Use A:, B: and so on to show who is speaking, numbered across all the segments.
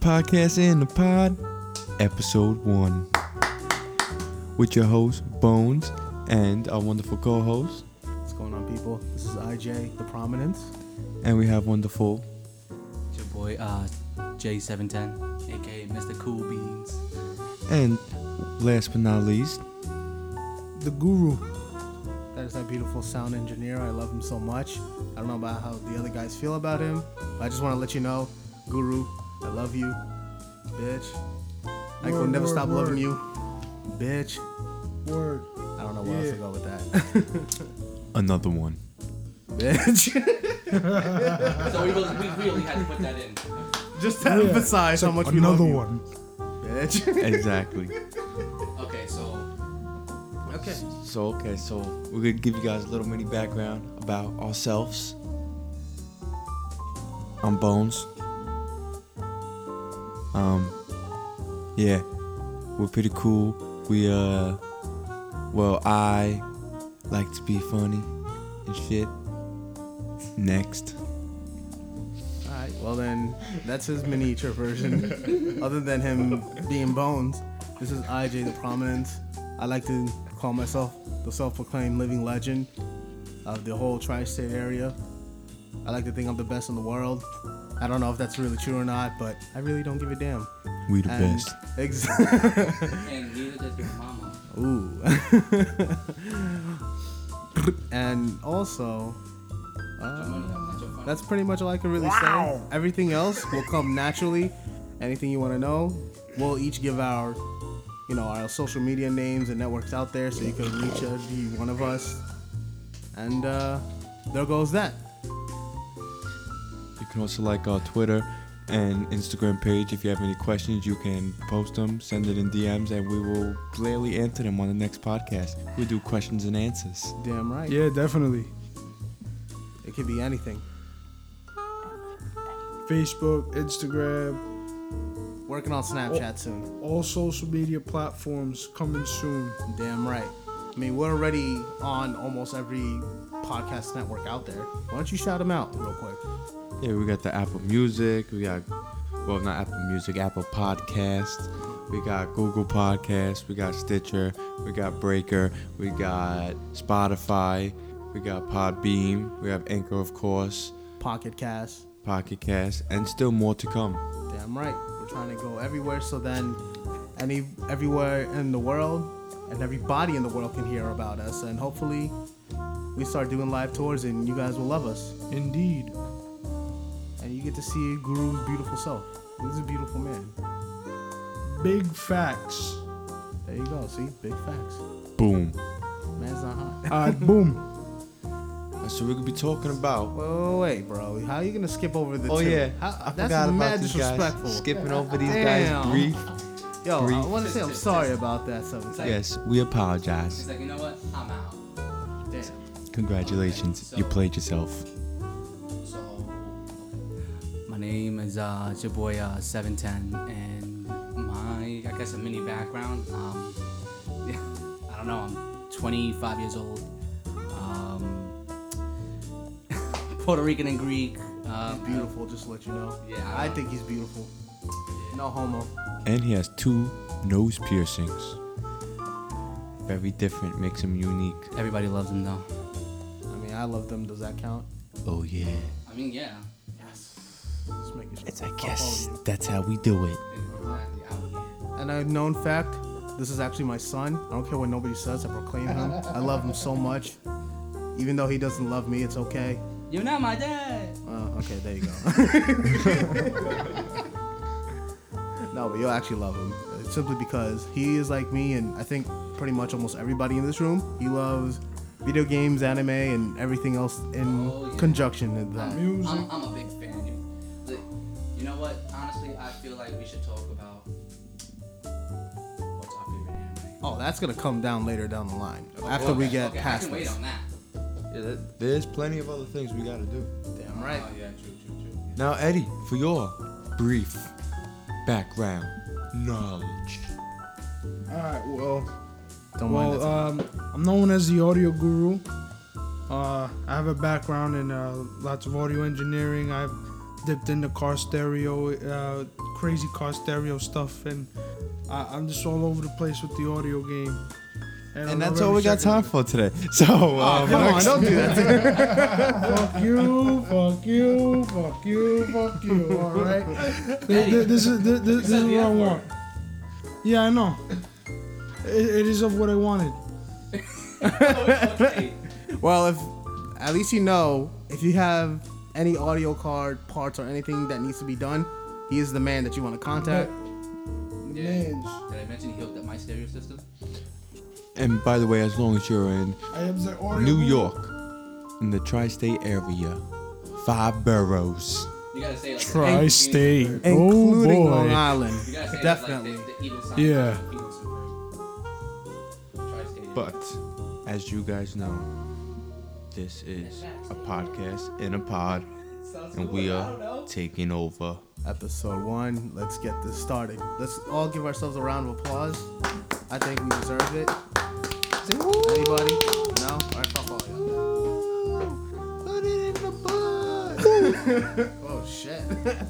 A: Podcast in the Pod, Episode 1. With your host, Bones, and our wonderful co host.
B: What's going on, people? This is IJ, the Prominence.
A: And we have wonderful.
C: It's your boy uh, J710, aka Mr. Cool Beans.
A: And last but not least,
B: The Guru. That is that beautiful sound engineer. I love him so much. I don't know about how the other guys feel about him, but I just want to let you know, Guru, I love you, bitch. I will
D: Word,
B: never
D: word,
B: stop loving
D: word.
B: you, bitch.
D: Word.
B: I don't know where else to
D: Yeah.
B: go with that,
A: another one.
B: bitch.
C: So we, really- we, we only had to put that in.
B: just to emphasize how much we love
D: Another
B: you,
D: one.
B: bitch.
A: exactly.
C: Okay, so
B: okay.
A: So, okay, so we're going to give you guys a little mini background about ourselves. I'm Bones. Um, yeah, we're pretty cool. We, uh, well, I like to be funny and shit. Next.
B: All right. Well then, that's his miniature version. Other than him being Bones, this is IJ the Prominence. I like to call myself the self-proclaimed living legend of the whole tri-state area. I like to think I'm the best in the world. I don't know if that's really true or not, but I really don't give a damn.
A: We the
B: And
A: best.
B: ex-
C: and neither does your mama.
B: Ooh. and also,
C: Your
B: uh,
C: money, not Oh, your funny.
B: That's pretty much all I can really
D: Wow.
B: say. Everything else will come naturally. Anything you want to know, we'll each give our, you know, our social media names and networks out there, so you can reach every one of us. And uh, there goes that.
A: You can also like our Twitter and Instagram page. If you have any questions, you can post them, send it in DMs, and we will gladly answer them on the next podcast. We do questions and answers.
B: Damn right.
D: Yeah, definitely.
B: It could be anything.
D: Facebook, Instagram,
B: Working on Snapchat soon.
D: all social media platforms coming soon.
B: Damn right. I mean, we're already on almost every podcast network out there. Why don't you shout them out real quick?
A: Yeah, we got the Apple Music. We got, well, not Apple Music, Apple Podcast. We got Google Podcast. We got Stitcher. We got Breaker. We got Spotify. We got Podbeam. We have Anchor, of course,
B: Pocket Cast.
A: Pocket Cast, and still more to come.
B: Damn right. We're trying to go everywhere so then any everywhere in the world and everybody in the world can hear about us and hopefully we start doing live tours and you guys will love us
D: Indeed.
B: and you get to see Guru's beautiful self. He's a beautiful man.
D: Big facts.
B: There you go. See, big facts.
A: Boom.
B: Man's not hot.
D: All right, boom.
A: So we're gonna be talking about
B: Wait, wait, wait, bro. How you gonna skip over the two?
A: Oh yeah,
B: How,
A: I
B: that's
A: forgot about
B: mad
A: these
B: disrespectful.
A: guys. Skipping over these
B: Damn.
A: guys brief.
B: Yo,
A: Three.
B: I want to say I'm sorry about that. Seven.
C: Like-
A: Yes, we
C: She's
A: apologize.
C: like, you know what? I'm out.
B: Damn.
A: Congratulations, you played yourself.
C: So, my name is uh, it's your boy uh, 710, and my, I guess, a mini background. Um, yeah, I don't know, I'm 25 years old, um, Puerto Rican and Greek. Uh,
B: He's beautiful. Just to let you know.
C: Yeah.
B: I think he's beautiful. No homo.
A: And he has two nose piercings. Very different, makes him unique.
C: Everybody loves him, though.
B: I mean, I love them. Does that count?
A: Oh yeah.
C: I mean, yeah.
B: Yes. Just make it.
A: It's I guess that's how we do it.
C: Exactly. out here.
B: And a known fact, this is actually my son. I don't care what nobody says. I proclaim him. I love him so much. Even though he doesn't love me, it's okay.
C: You're not my dad.
B: Uh, okay, there you go. no, but you'll actually love him. It's simply because he is like me, and I think pretty much almost everybody in this room. He loves video games, anime, and everything else in
C: Oh, yeah.
B: conjunction with that.
D: Music.
C: I'm, I'm a big fan. You- Like, you know what? Honestly, I feel like we should talk about what's our favorite anime.
B: Oh, that's gonna come down later down the line after we
C: Okay,
B: get
C: okay, I
B: past
C: can wait
B: this.
C: on that.
A: Yeah, there's plenty of other things we gotta do.
B: Damn right.
C: Oh yeah, true, true, true.
A: Now, Eddie, for your brief background knowledge.
D: All right, well.
B: Don't mind
D: Well,
B: that.
D: um, I'm known as the audio guru. Uh, I have a background in uh, lots of audio engineering. I've dipped into car stereo, uh, crazy car stereo stuff, and I, I'm just all over the place with the audio game. I'm
A: And that's
D: not
A: all we
D: really
A: got
D: checking
A: time for today. So, um,
B: Come on, don't do that.
D: fuck you, fuck you, fuck you, fuck you. All right. Th- th- This is th- th- this is what I want. Yeah, I know. It, it is of what I wanted.
B: Well, if at least you know if you have any audio card parts or anything that needs to be done, he is the man that you want to contact.
C: Yeah. Did I mention he hooked up my stereo system?
A: and by the way, as long as you're in
D: I am the audio.
A: New York, in the tri-state area, five boroughs.
C: You gotta say it like that.
D: Tri-state.
B: Including
D: oh
B: Long
D: boy.
B: Island.
C: You gotta say it
B: Definitely.
C: like the, the evil sign.
D: Yeah.
C: of Phoenix Supreme. Tri-state.
A: But as you guys know, this is a podcast in a pod,
C: Sounds
A: and
C: cool,
A: we
C: I
B: uh,
A: are
C: don't know.
A: taking over.
B: Episode one. Let's get this started. Let's all give ourselves a round of applause. I think we deserve it. Anybody? No? All right, fuck all y'all. Put it in the book. oh shit.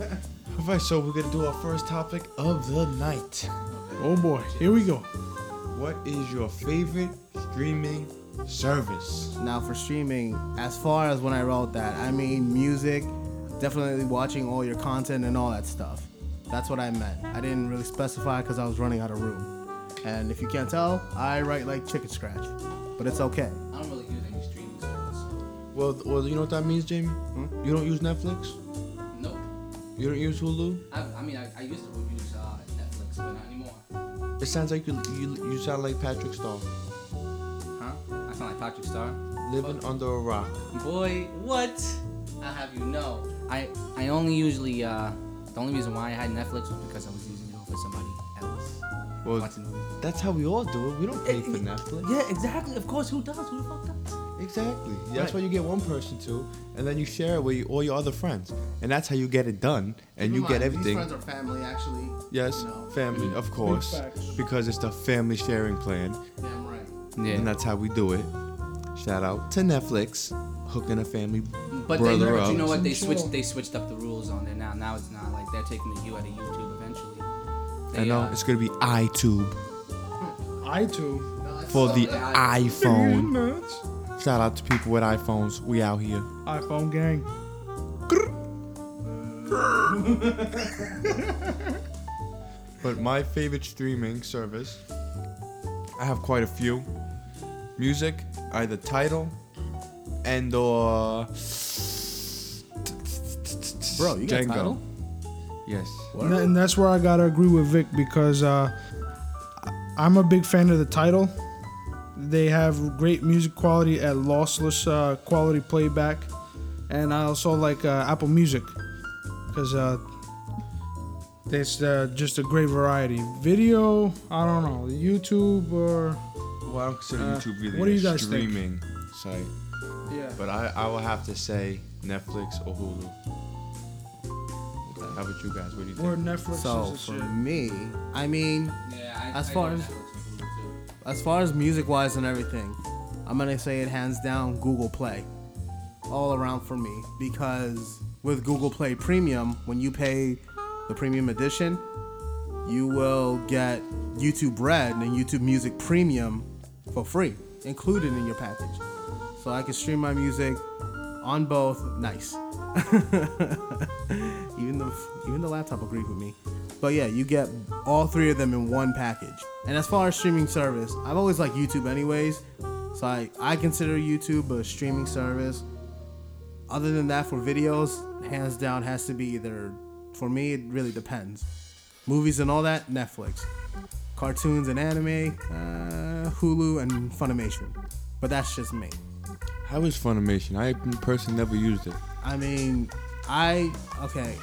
A: All right, so we're gonna do our first topic of the night.
D: Oh boy. Here we go.
A: What is your favorite streaming service?
B: Now for streaming, as far as when I wrote that, I mean music, definitely watching all your content and all that stuff. That's what I meant. I didn't really specify because I was running out of room. And if you can't tell, I write like chicken scratch, but it's okay.
C: I don't really use any streaming service.
A: Well, th- well, you know what that means, Jamie. You don't use Netflix.
C: Nope.
A: You don't use Hulu.
C: I, I mean, I, I used to use uh, Netflix, but not anymore.
A: It sounds like you you, you sound like Patrick Star,
C: Huh? I sound like Patrick Star.
A: living under a rock.
C: Boy, what? I'll have you know. I I only usually uh the only reason why I had Netflix was because I was using it over somebody else.
A: Well,
C: Watching movies.
A: that's how we all do it. We don't pay for Netflix.
C: Yeah, exactly. Of course, who does? Who the fuck does?
A: Exactly. That's
B: Right.
A: why you get one person to, and then you share it with you- all your other friends, and that's how you get it done, and you get everything.
B: These friends are family, actually.
A: yes,
B: No.
A: family, of course,
D: facts.
A: because it's the family sharing plan,
B: Damn right.
A: and that's how we do it. Shout out to Netflix, hooking a family
C: But, they,
A: brother
C: but
A: up.
C: you know what? They
D: Sure.
C: switched. They switched up the rules on there now. Now it's not like they're taking the U out of YouTube eventually. They,
A: I know
C: uh,
A: it's gonna be iTube
D: I too.
A: for the
C: I-
A: iPhone. Shout out to people with iPhones. We out here.
D: iPhone gang.
A: But my favorite streaming service, I have quite a few. Music, either title and or
B: Bro, you got title?
A: Yes.
D: And, tha- and that's where I gotta agree with Vic because uh, I- I'm a big fan of the title. They have great music quality at lossless uh, quality playback, and I also like uh, Apple Music because uh, it's uh, just a great variety. Video, I don't know, YouTube or
A: Well, I don't consider
D: Uh,
A: YouTube really
D: what do
A: a
D: you guys think?
A: streaming site,
D: yeah.
A: but I, I will have to say Netflix or Hulu. How about you guys? What do you
D: Or
A: think?
D: Netflix
B: So
D: is
B: for
D: shit.
B: me, I mean,
C: Yeah, I,
B: As
C: I
B: far
C: do
B: as-
C: Netflix and Hulu, too.
B: as far as music wise and everything, I'm gonna say it hands down Google Play. All around for me because with Google Play Premium, when you pay the premium edition, you will get YouTube Red and YouTube Music Premium for free, included in your package. So I can stream my music on both. Nice. even the even the laptop agreed with me. But yeah, you get all three of them in one package. And as far as streaming service, I've always liked YouTube anyways. So I, I consider YouTube a streaming service. Other than that, for videos, hands down has to be either for me it really depends. Movies and all that, Netflix. Cartoons and anime, uh, Hulu and Funimation. But that's just me.
A: How is Funimation? I personally never used it.
B: I mean, I okay.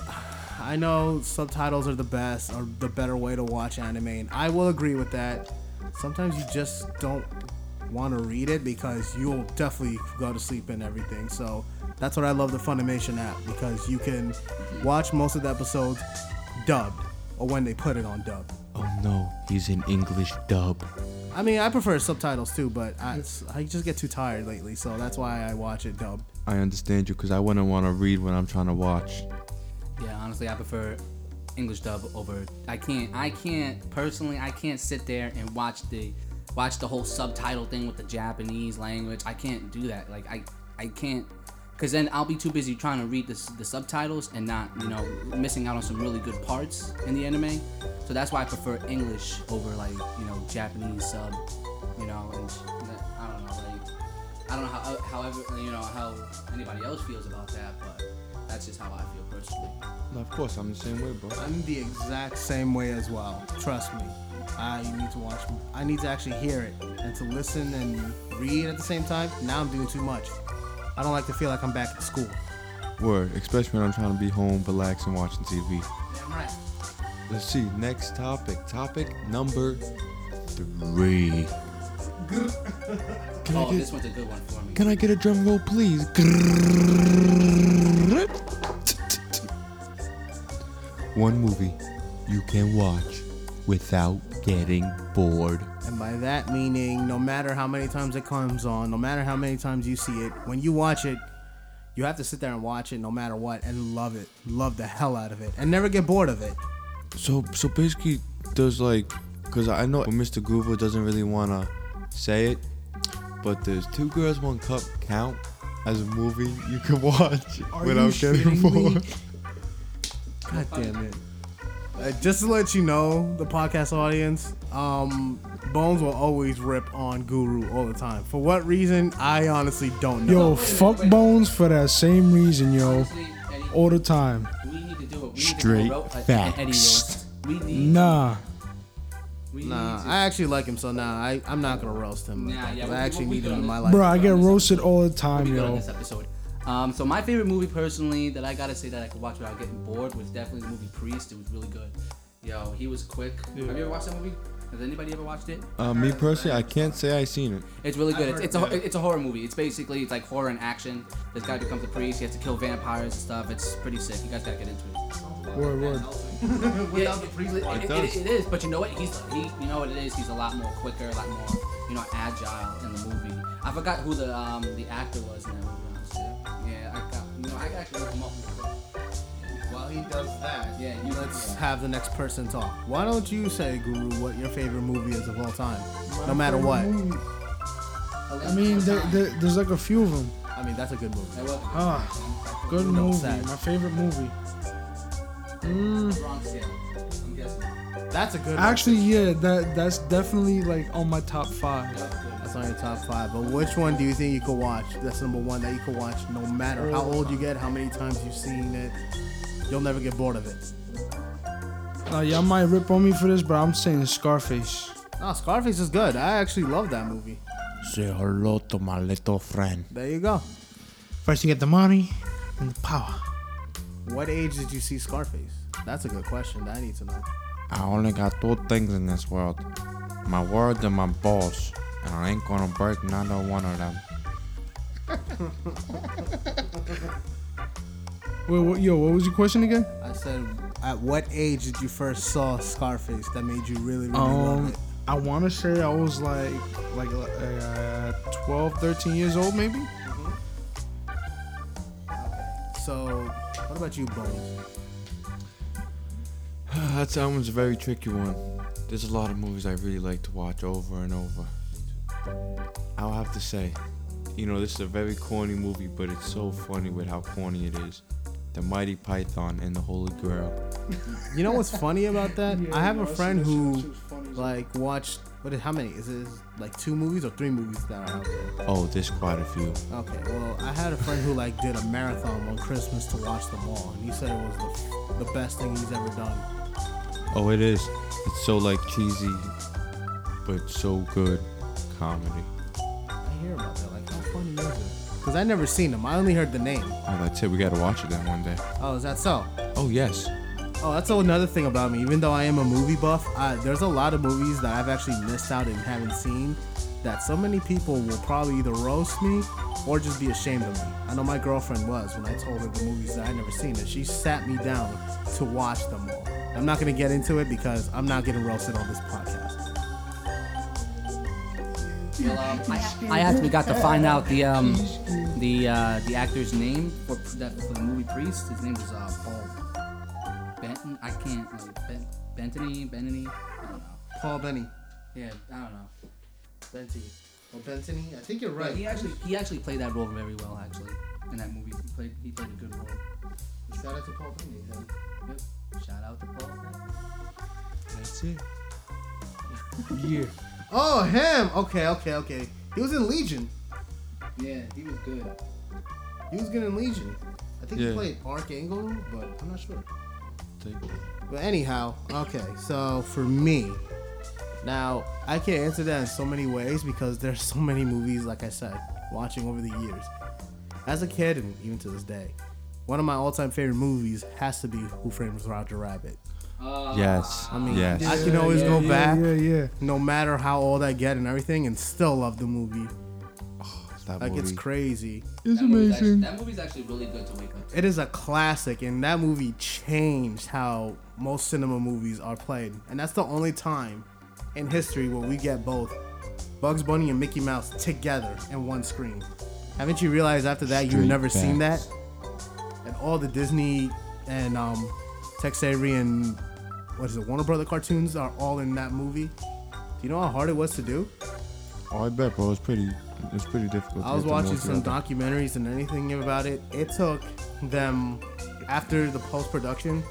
B: I know subtitles are the best or the better way to watch anime, and I will agree with that. Sometimes you just don't want to read it because you'll definitely go to sleep and everything. So that's what I love the Funimation app because you can watch most of the episodes dubbed or when they put it on dub.
A: Oh no, he's in English dub.
B: I mean, I prefer subtitles too, but I, I just get too tired lately, so that's why I watch it dubbed.
A: I understand you because I wouldn't want to read when I'm trying to watch.
C: Yeah, honestly, I prefer English dub over. I can't. I can't personally. I can't sit there and watch the watch the whole subtitle thing with the Japanese language. I can't do that. Like I I can't. Cause then I'll be too busy trying to read the, s- the subtitles and not, you know, missing out on some really good parts in the anime. So that's why I prefer English over like, you know, Japanese sub, you know, and sh- I don't know, like, I don't know how, however, you know, how anybody else feels about that, but that's just how I feel personally.
A: No, of course, I'm the same way, bro.
B: I'm the exact same way as well. Trust me. I need to watch. I need to actually hear it and to listen and read at the same time. Now I'm doing too much. I don't like to feel like I'm back at school.
A: Word, especially when I'm trying to be home, relaxing, watching TV.
C: Damn right.
A: Let's see. Next topic. Topic number three. Can
C: Oh,
A: I
C: this
A: get?
C: one's a good one for me.
A: Can I get a drum roll, please? One movie you can watch without getting bored.
B: And by that meaning, no matter how many times it comes on, no matter how many times you see it, when you watch it, you have to sit there and watch it no matter what and love it. Love the hell out of it. And never get bored of it.
A: So so basically, there's like, cause I know Mr. Goover doesn't really wanna say it, but there's two girls, one cup count as a movie you can watch
D: Are you
A: without getting
D: shitting me?
A: bored.
B: God damn it. Uh, just to let you know, the podcast audience, um, Bones will always rip on Guru all the time. For what reason, I honestly don't know.
D: Yo, fuck Bones for that same reason, yo.
C: Honestly, Eddie,
D: All the time.
C: we need to do it. We
A: Straight
C: need to do a ro- a- an
A: facts.
C: Eddie roast. We need.
D: Nah.
C: We
B: Nah,
C: need to-
B: I actually like him, so nah, I, I'm not gonna roast him. like
C: Nah,
B: that,
C: yeah,
B: 'cause
C: we-
B: I actually
C: we- we
B: need him
C: good
B: in
C: on
B: my
C: this.
B: life.
D: Bro, I get
C: Understand.
D: roasted all the
C: pretty
D: time,
C: good on
D: yo.
C: this episode. Um, so my favorite movie personally that I gotta say that I could watch without getting bored was definitely the movie Priest. It was really good. Yo, he was quick. Have you ever watched that movie? Has anybody ever watched it?
A: Uh, me personally, I can't say I seen it.
C: It's really good. It's, it's a it's a horror movie. It's basically it's like horror and action. This guy becomes a priest. He has to kill vampires and stuff. It's pretty sick. You guys gotta get into it.
D: Word, word.
C: Without the priest, it,
A: it
C: it-
A: does.
C: it is. But you know what? He's he. You know what it is. He's a lot more quicker, a lot more you know agile in the movie. I forgot who the um the actor was in that movie. honestly. Yeah, I got. You know, I actually looked him up. Well, he
B: does that.
C: Yeah, you-
B: Let's
C: yeah.
B: have the next person talk. Why don't you say, Guru, what your favorite movie is of all time, no matter what?
D: I mean, there, there, there's like a few of them.
B: I mean, that's a good movie.
D: Ah, Good
B: No,
D: movie.
B: sad.
D: My favorite movie.
C: Wrong scale. I'm guessing.
B: That's a good.
D: Actually, yeah, that that's definitely like on my top five.
C: uh,
B: That's on your top five. But which one do you think you could watch? That's number one that you could watch no matter how old you get, how many times you've seen it. You'll never get bored of it.
D: Now, y'all might rip on me for this, but I'm saying Scarface.
B: No, Scarface is good. I actually love that movie.
A: Say hello to my little friend.
B: There you go.
D: First, you get the money and the power.
B: What age did you see Scarface? That's a good question. that I need to know.
A: I only got two things in this world my word and my balls. And I ain't gonna break neither one of them.
D: Wait, what, yo, what was your question again?
B: I said, at what age did you first saw Scarface that made you really, really love
D: Um,
B: it?
D: I want to say I was like like uh, 12, 13 years old, maybe.
B: So, what about you, Bones?
A: That's that one's a very tricky one. There's a lot of movies I really like to watch over and over. I'll have to say, you know, this is a very corny movie, but it's so funny with how corny it is. The Mighty Python and the Holy Grail.
B: You know what's funny about that? I have a friend who, like, watched, what is, how many? Is it like two movies or three movies that are out there?
A: Oh, there's quite a few.
B: Okay, well, I had a friend who like did a marathon one Christmas to watch them all, and he said it was the, the best thing he's ever done.
A: Oh, it is. It's so like cheesy, but so good comedy.
B: I hear about that. Like, how funny is it? Because I never seen him. I only heard the name.
A: Oh, that's it. We gotta watch it then one day.
B: Oh, is that so?
A: Oh yes.
B: Oh, that's another thing about me. Even though I am a movie buff, I, there's a lot of movies that I've actually missed out and haven't seen. That so many people will probably either roast me or just be ashamed of me. I know my girlfriend was when I told her the movies that I never seen, and she sat me down to watch them all. I'm not gonna get into it because I'm not getting roasted on this podcast.
C: Well, um, I, I actually got to find out the um, the uh, the actor's name for, for that for the movie Priest. His name was uh, Paul Benton. I can't like ben, Bentany, Bentany. I don't know.
B: Paul Benny.
C: Yeah, I don't know.
B: Benty. Or Bentany. I think you're
C: But
B: right.
C: he actually he actually played that role very well actually in that movie. He played he played a good role.
B: Shout out to Paul Benny. then.
C: Yep. Shout out to Paul.
A: That's it.
D: Yeah.
B: Oh, him. Okay, okay, okay. He was in Legion.
C: Yeah, he was good.
B: He was good in Legion. I think
A: Yeah.
B: he played Archangel, but I'm not sure.
A: Take it.
B: But anyhow, okay, so for me, now I can answer that in so many ways because there's so many movies, like I said, watching over the years. As a kid and even to this day, one of my all-time favorite movies has to be Who Framed Roger Rabbit.
C: Uh,
A: Yes.
B: I mean,
A: yes.
B: I can always
D: yeah,
B: go
D: yeah,
B: back,
D: Yeah, yeah.
B: no matter how old I get and everything, and still love the movie.
A: that
B: Like it's
A: movie.
B: crazy.
D: It's
C: that movie's
D: amazing.
C: Actually, that movie's actually really good to wake up to.
B: It is a classic, and that movie changed how most cinema movies are played. And that's the only time in history where we get both Bugs Bunny and Mickey Mouse together in one screen. Haven't you realized after that you've
A: Straight
B: never seen that?
A: facts.
B: And all the Disney and um, Tex Avery and what is it, Warner Brother cartoons are all in that movie. Do you know how hard it was to do?
A: Oh, I bet, bro. It's pretty. It's pretty difficult. to
B: I was
A: get them all
B: watching some
A: together.
B: documentaries and anything about it. It took them after the post production.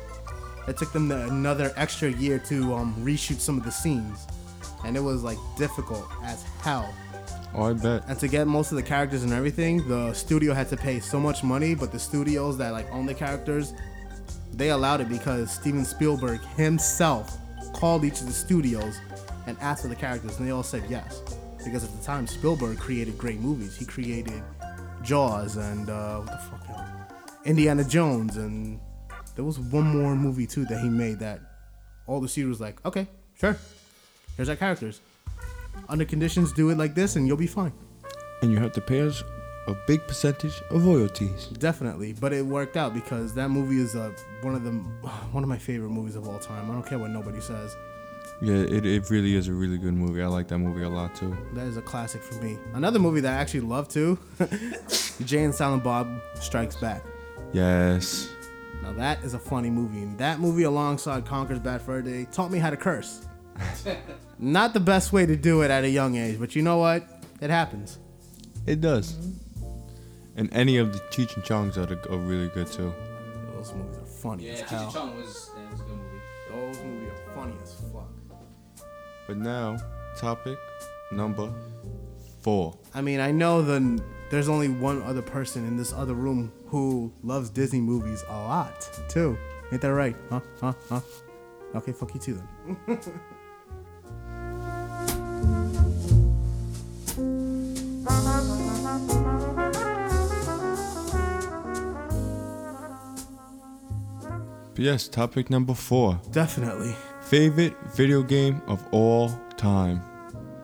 B: It took them the, another extra year to um, reshoot some of the scenes, and it was like difficult as hell.
A: Oh, I bet.
B: And to get most of the characters and everything, the studio had to pay so much money. But the studios that like own the characters, they allowed it because Steven Spielberg himself called each of the studios and asked for the characters, and they all said yes. Because at the time, Spielberg created great movies. He created Jaws and uh, what the fuck, else? Indiana Jones, and there was one more movie too that he made that all the studios was like, okay, sure, here's our characters. Under conditions, do it like this, and you'll be fine.
A: And you have to pay us a big percentage of royalties.
B: Definitely, but it worked out because that movie is uh, one of the one of my favorite movies of all time. I don't care what nobody says.
A: Yeah, it, it really is a really good movie. I like that movie a lot too.
B: That is a classic for me. Another movie that I actually love too, Jay and Silent Bob Strikes Back.
A: Yes.
B: Now that is a funny movie. And that movie, alongside Conker's Bad Fur Day, taught me how to curse. Not the best way to do it at a young age, but you know what? It happens.
A: It does. And any of the Cheech and Chong's are, the, are really good too.
B: Those movies are funny
C: Yeah,
B: as
C: Cheech and
B: hell.
C: Chong was that was a good movie.
B: Those movies are funny as fuck.
A: But now, topic number four.
B: I mean, I know the there's only one other person in this other room who loves Disney movies a lot too. Ain't that right? Huh? Huh? Huh? Okay, fuck you too then.
A: But yes, topic number four.
B: Definitely.
A: Favorite video game of all time.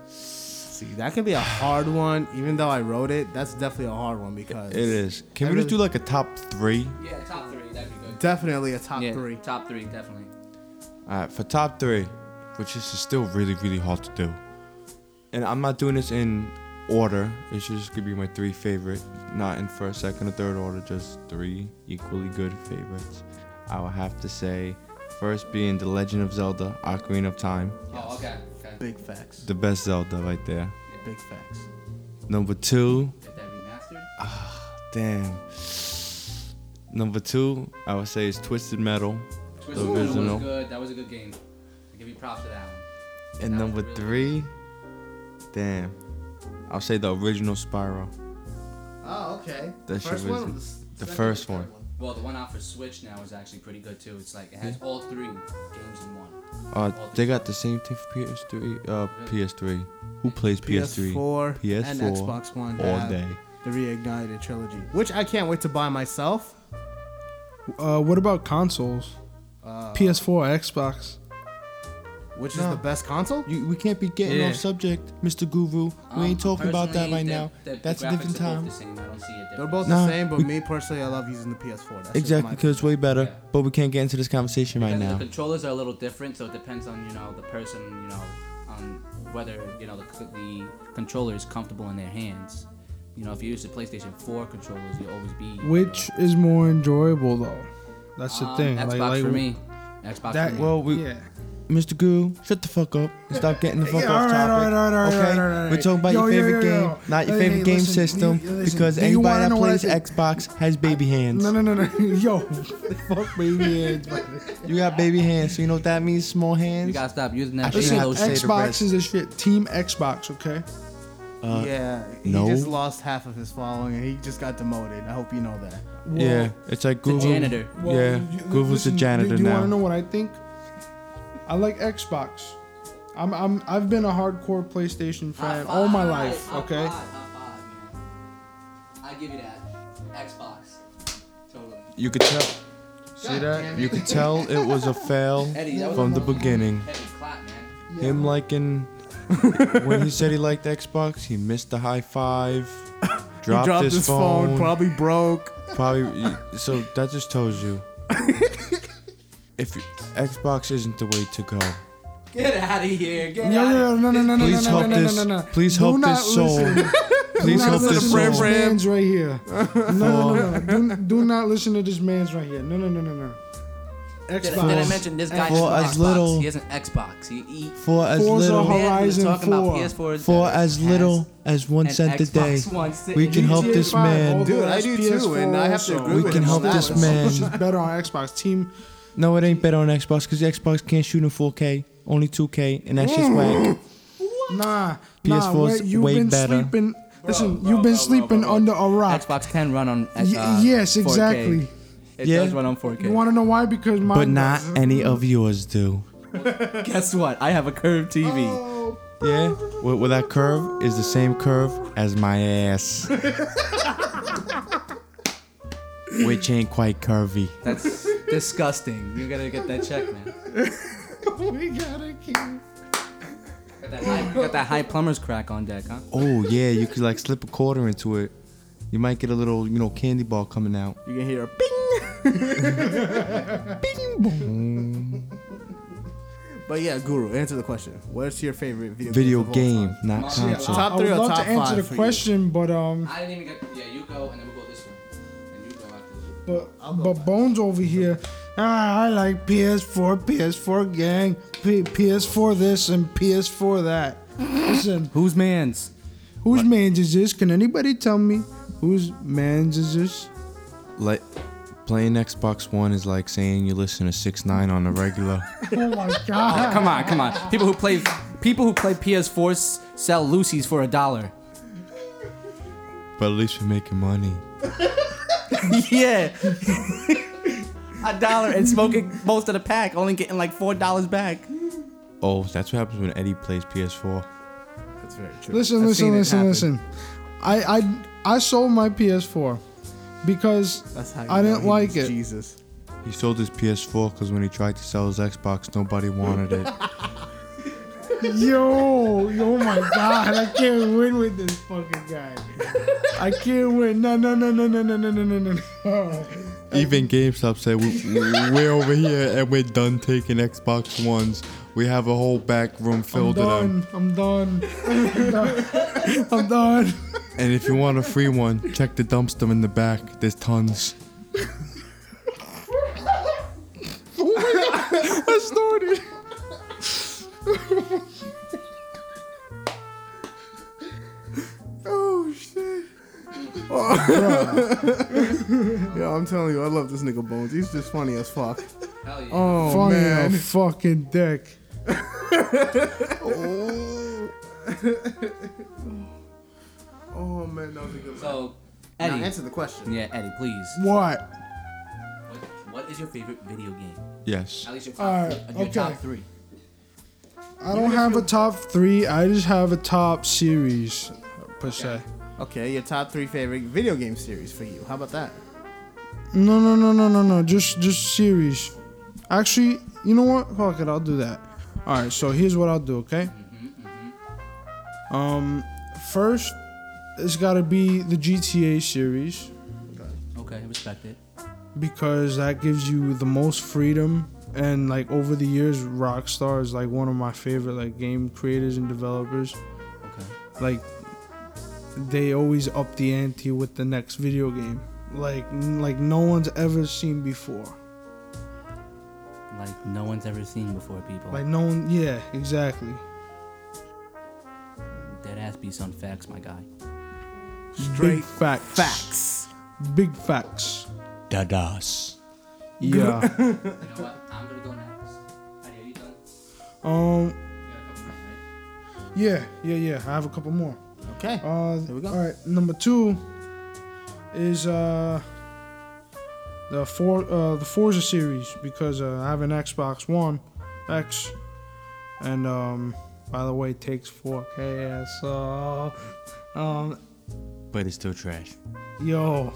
B: See, that could be a hard one. Even though I wrote it, that's definitely a hard one because
A: It is. Can
B: I
A: we just do
B: really-
A: like a top three?
C: Yeah, top three, that'd be good.
B: definitely a top
C: yeah, Oh,
B: three.
C: Top three, definitely.
A: All right, for top three, which is still really, really hard to do. And I'm not doing this in order. It's just gonna be my three favorite, not in first, second, or third order. Just three equally good favorites. I would have to say, first being The Legend of Zelda: Ocarina of Time,
C: Oh, okay, okay.
B: Big facts.
A: the best Zelda right there.
B: Big facts.
A: Number two,
C: Get that remastered.
A: damn. Number two, I would say is Twisted Metal,
C: Twisted
A: Ooh.
C: Metal
A: original.
C: was good. That was a good game. I give you props to that one.
A: and
C: That
A: number
C: was really
A: three, damn, I'll say the original Spyro.
B: Oh, okay.
A: That shit was- the first one.
C: Well, the one out for Switch now is actually pretty good too. It's like it has all three games in one.
A: Uh, they got the same thing for PS3. Uh, PS3. Who plays PS3?
B: PS4,
A: PS4,
B: and Xbox One
A: all
B: have
A: day.
B: The Reignited trilogy, which I can't wait to buy myself.
D: Uh, what about consoles?
B: Uh,
D: PS4, Xbox.
B: which
A: No.
B: is the best console?
A: You, we can't be getting
C: Yeah.
A: off subject, Mr. Guru. we ain't
C: Um,
A: talking about that
C: personally,
A: right
C: the-
A: now.
C: the- the
A: That's a
C: graphics
A: different
C: are both
A: time.
C: the same. I don't see a
B: They're
C: difference.
B: both
A: Nah,
B: the same, but
A: we-
B: me personally, I love using the PS4. That's
A: Exactly,
B: Just my,
A: because it's way better,
C: Yeah.
A: but we can't get into this conversation right
C: Because
A: now.
C: The controllers are a little different, so it depends on you know the person, you know, on whether you know the, c- the controller is comfortable in their hands. You know, if you use the PlayStation 4 controllers, you'll always be you know,
D: Which is more enjoyable though? That's the
C: um,
D: thing.
C: Xbox
D: like, like,
C: for me. Xbox.
D: That
C: One.
A: Well, we,
D: yeah.
A: Mr. Goo, shut the fuck up. and Stop getting the fuck
D: Yeah,
A: off
D: all right,
A: topic.
D: all right, all right, all right,
A: okay,
D: all right, all right.
A: we're talking about
D: Yo,
A: your
D: yo,
A: favorite
D: yo, yo.
A: game, not your
D: Hey,
A: favorite
D: hey,
A: game
D: listen,
A: system,
D: you- listen,
A: because
D: do you wanna
A: anybody that
D: know what I
A: plays
D: think?
A: Xbox has baby hands.
D: No, no, no, no. Yo, fuck baby hands. man.
A: You got baby hands, so you know what that means? Small hands.
C: you gotta stop using that.
A: Actually,
D: Listen,
A: I'll
C: shit.
A: say the rest.
D: Xbox is a shit. Team Xbox, okay?
A: Uh,
B: yeah, he
A: no.
B: just lost half of his following and he just got demoted. I hope you know that.
D: Well,
A: yeah, it's like
C: The
A: Google.
C: janitor.
D: well,
A: yeah,
D: you-
A: Google's the
D: listen,
A: janitor
D: Do you
A: now.
D: want to know what I think? I like Xbox. I'm, I'm, I've been a hardcore PlayStation fan all my life, okay?
C: I give you that. Xbox. Totally.
A: You could tell. See that? You could tell it was a fail
C: Eddie, that was
A: from
C: a
A: the beginning.
C: Heavy clap, man.
A: Him liking when he said he liked Xbox, he missed the high five. Dropped,
B: he dropped
A: his,
B: his, phone.
A: phone
B: probably broke.
A: Probably. So that just tells you. if you- Xbox isn't the way to go.
C: Get out of here. Get
D: No,
C: out
D: no, no, no, no, no,
A: Please
D: no,
A: help
D: no, no,
A: this.
D: no, no, no.
A: Please
D: Do
A: help
D: not
A: this soul.
D: listen.
A: Please
D: do not
A: help this
D: listen to this
A: soul.
B: Reverend.
D: man's right here. No, no, no. no. Uh-huh. Do, do not listen to this man's right here. No, no, no, no, no.
C: Did, I- did I
D: Xbox.
C: mention this guy
A: For
C: has an
A: as
C: Xbox?
A: little-
C: He has an Xbox. He, he
A: For as
D: Forza
A: little,
C: man
D: Hor-
C: who was
D: Horizon
C: talking
D: 4.
C: about PS4 is
A: for
C: better
A: as
C: has
A: little as one
C: an
A: cent a day,
C: Xbox One sitting
A: we can
C: in
A: help
C: his-
A: this
D: GTA
A: man.
D: although
B: Dude, I
D: that's
B: do too,
D: PS4
B: and I have to
D: also.
B: agree
A: We with can him help on this that one. man.
D: It's just better on Xbox. Team
A: No, it ain't better on Xbox because Xbox can't shoot in 4K, only 2K, and that's just whack.
D: Nah, nah.
A: PS4 is
D: wait, you've
A: way
D: been
A: better.
D: sleeping. Listen, you've been sleeping under a rock.
C: Xbox can run on. Uh,
D: Y- yes,
C: 4K.
D: exactly.
C: It
A: Yeah.
C: does run on 4K.
D: You want to know why? Because mine.
A: But not
D: does.
A: any of yours do.
C: Guess what? I have a curved TV.
D: Oh.
A: Yeah, well, well, that curve is the same curve as my ass, which ain't quite curvy.
C: That's disgusting. You gotta get that check, man.
D: we gotta keep.
C: Got that high, you got that high plumber's crack on deck, huh?
A: Oh yeah, you could like slip a quarter into it. You might get a little, you know, candy ball coming out.
B: You can hear a bing. but yeah, Guru, answer the question. What's your favorite video,
A: Video
B: games of
A: game,
B: all time?
A: not
C: Come on.
A: console.
D: I-
B: Top three
D: I
B: or
D: would love
B: top
D: to answer
B: five
D: the
B: for you?
D: question, but um,
C: I didn't even get. Yeah, you go, and then we'll go this one, and you go after this.
D: but but Bones over here. Ah, I like PS4, PS4 gang, P- PS4 this and PS4 that. Listen,
C: Who's man's?
D: whose man's is this? Can anybody tell me whose man's is this?
A: Like playing Xbox One is like saying you listen to Six Nine on a regular.
D: Oh my god!
C: Come on, come on. People who play people who play PS4s sell Lucy's for a dollar.
A: but at least we're making money.
C: yeah. a dollar and smoking most of the pack, only getting like four dollars back.
A: Oh, that's what happens when Eddie plays PS4.
B: That's very true.
D: Listen,
B: I've
D: listen,
B: seen it
D: listen,
B: happen.
D: listen. I, I I sold my PS4 because
B: That's how you
D: I
B: know
D: didn't
B: he
D: like
B: was
D: it.
B: Jesus.
A: He sold his PS4 because when he tried to sell his Xbox, nobody wanted it.
D: Yo, oh my god, I can't win with this fucking guy. I can't win. No, no, no, no, no, no, no, no, no, no.
A: Even GameStop said we, we're over here and we're done taking Xbox Ones. We have a whole back room
D: I'm
A: filled with them.
D: done.
B: um,
D: I'm done. I'm done. I'm done.
A: And if you want a free one, check the dumpster in the back. There's tons.
D: I started.
B: Oh shit. Yo, I'm telling you, I love this nigga Bones. He's just funny as fuck.
C: Hell yeah.
B: Oh
D: Funny
B: man.
D: a fucking dick.
B: Oh man, that was a good one.
C: so
B: Now
C: Eddie.
B: answer the question.
C: Yeah, Eddie, please.
D: What?
C: What, what is your favorite video game?
A: Yes.
C: At least your top,
D: Alright,
C: your top
D: okay.
C: three.
D: I don't have a top three. I just have a top series, per se.
B: Okay, your top three favorite video game series for you. How about that?
D: No, no, no, no, no, no. Just, just series. Actually, you know what? Fuck it. I'll do that. All right. So here's what I'll do. Okay.
B: Mm-hmm,
D: Um, first, it's got to be the GTA series
C: Okay, respect it.
D: because that gives you the most freedom. And like over the years, Rockstar is like one of my favorite like game creators and developers.
C: Okay.
D: Like, they always up the ante with the next video game. Like, like no one's ever seen before.
C: like no one's ever seen before. People
D: Like no one, yeah, exactly.
C: dead ass be some facts, my guy.
D: Big
B: Straight
D: facts.
B: facts.
D: Big facts.
A: Dadas.
D: Yeah.
C: You know what? I'm gonna go next. Are you done?
D: um.
C: You got a couple more, right?
D: Yeah. Yeah. Yeah. I have a couple more.
B: Okay.
D: Uh,
B: Here we go.
D: All right, number two is uh, the four uh, the Forza series because uh, I have an Xbox One X, and um, by the way, it takes 4K. So, uh, um,
A: But it's still trash.
D: yo,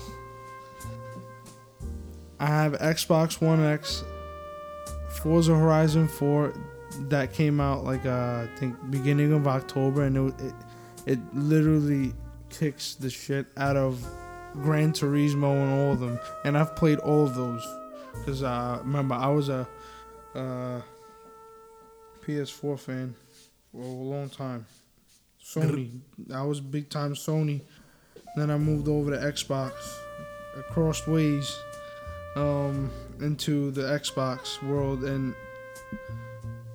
D: I have Xbox One X, Forza Horizon 4 that came out like uh, I think beginning of October, and it wa- it, it literally kicks the shit out of Gran Turismo and all of them. And I've played all of those because uh, remember I was a uh, PS4 fan for a long time. Sony, I was big time Sony. Then I moved over to Xbox. I crossed ways um, into the Xbox world, and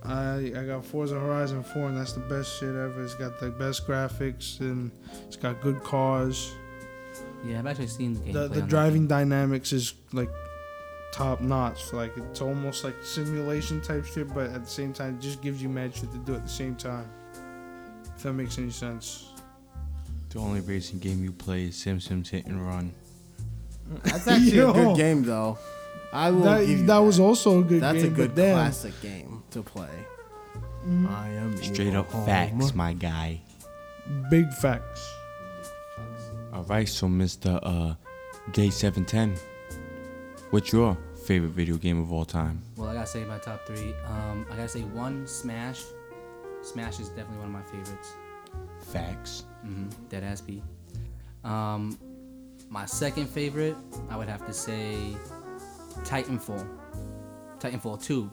D: I I got Forza Horizon 4, and that's the best shit ever. It's got the best graphics, and it's got good cars.
C: Yeah, I've actually seen the gameplay.
D: The,
C: on
D: the
C: that
D: driving
C: game.
D: dynamics is like top notch. Like it's almost like simulation type shit, but at the same time, it just gives you mad shit to do at the same time. If that makes any sense.
A: The only racing game you play is Simpsons Hit and Run.
B: That's actually a
D: Yo.
B: good game though. I will
D: That,
B: give you
D: that was also a good
B: That's
D: game.
B: a
D: but
B: good
D: damn. Mm-hmm.
B: classic game to play. I am
A: Straight
B: evil
A: up
B: home.
A: facts, my guy.
D: Big facts.
A: All right, so Mr. Uh, J710, what's your favorite video game of all time?
C: Well, I gotta say my top three. Um, I gotta say one Smash. Smash is definitely one of my favorites.
A: Facts.
C: Mm-hmm. Dead ass beat. Um, my second favorite, I would have to say Titanfall. Titanfall 2.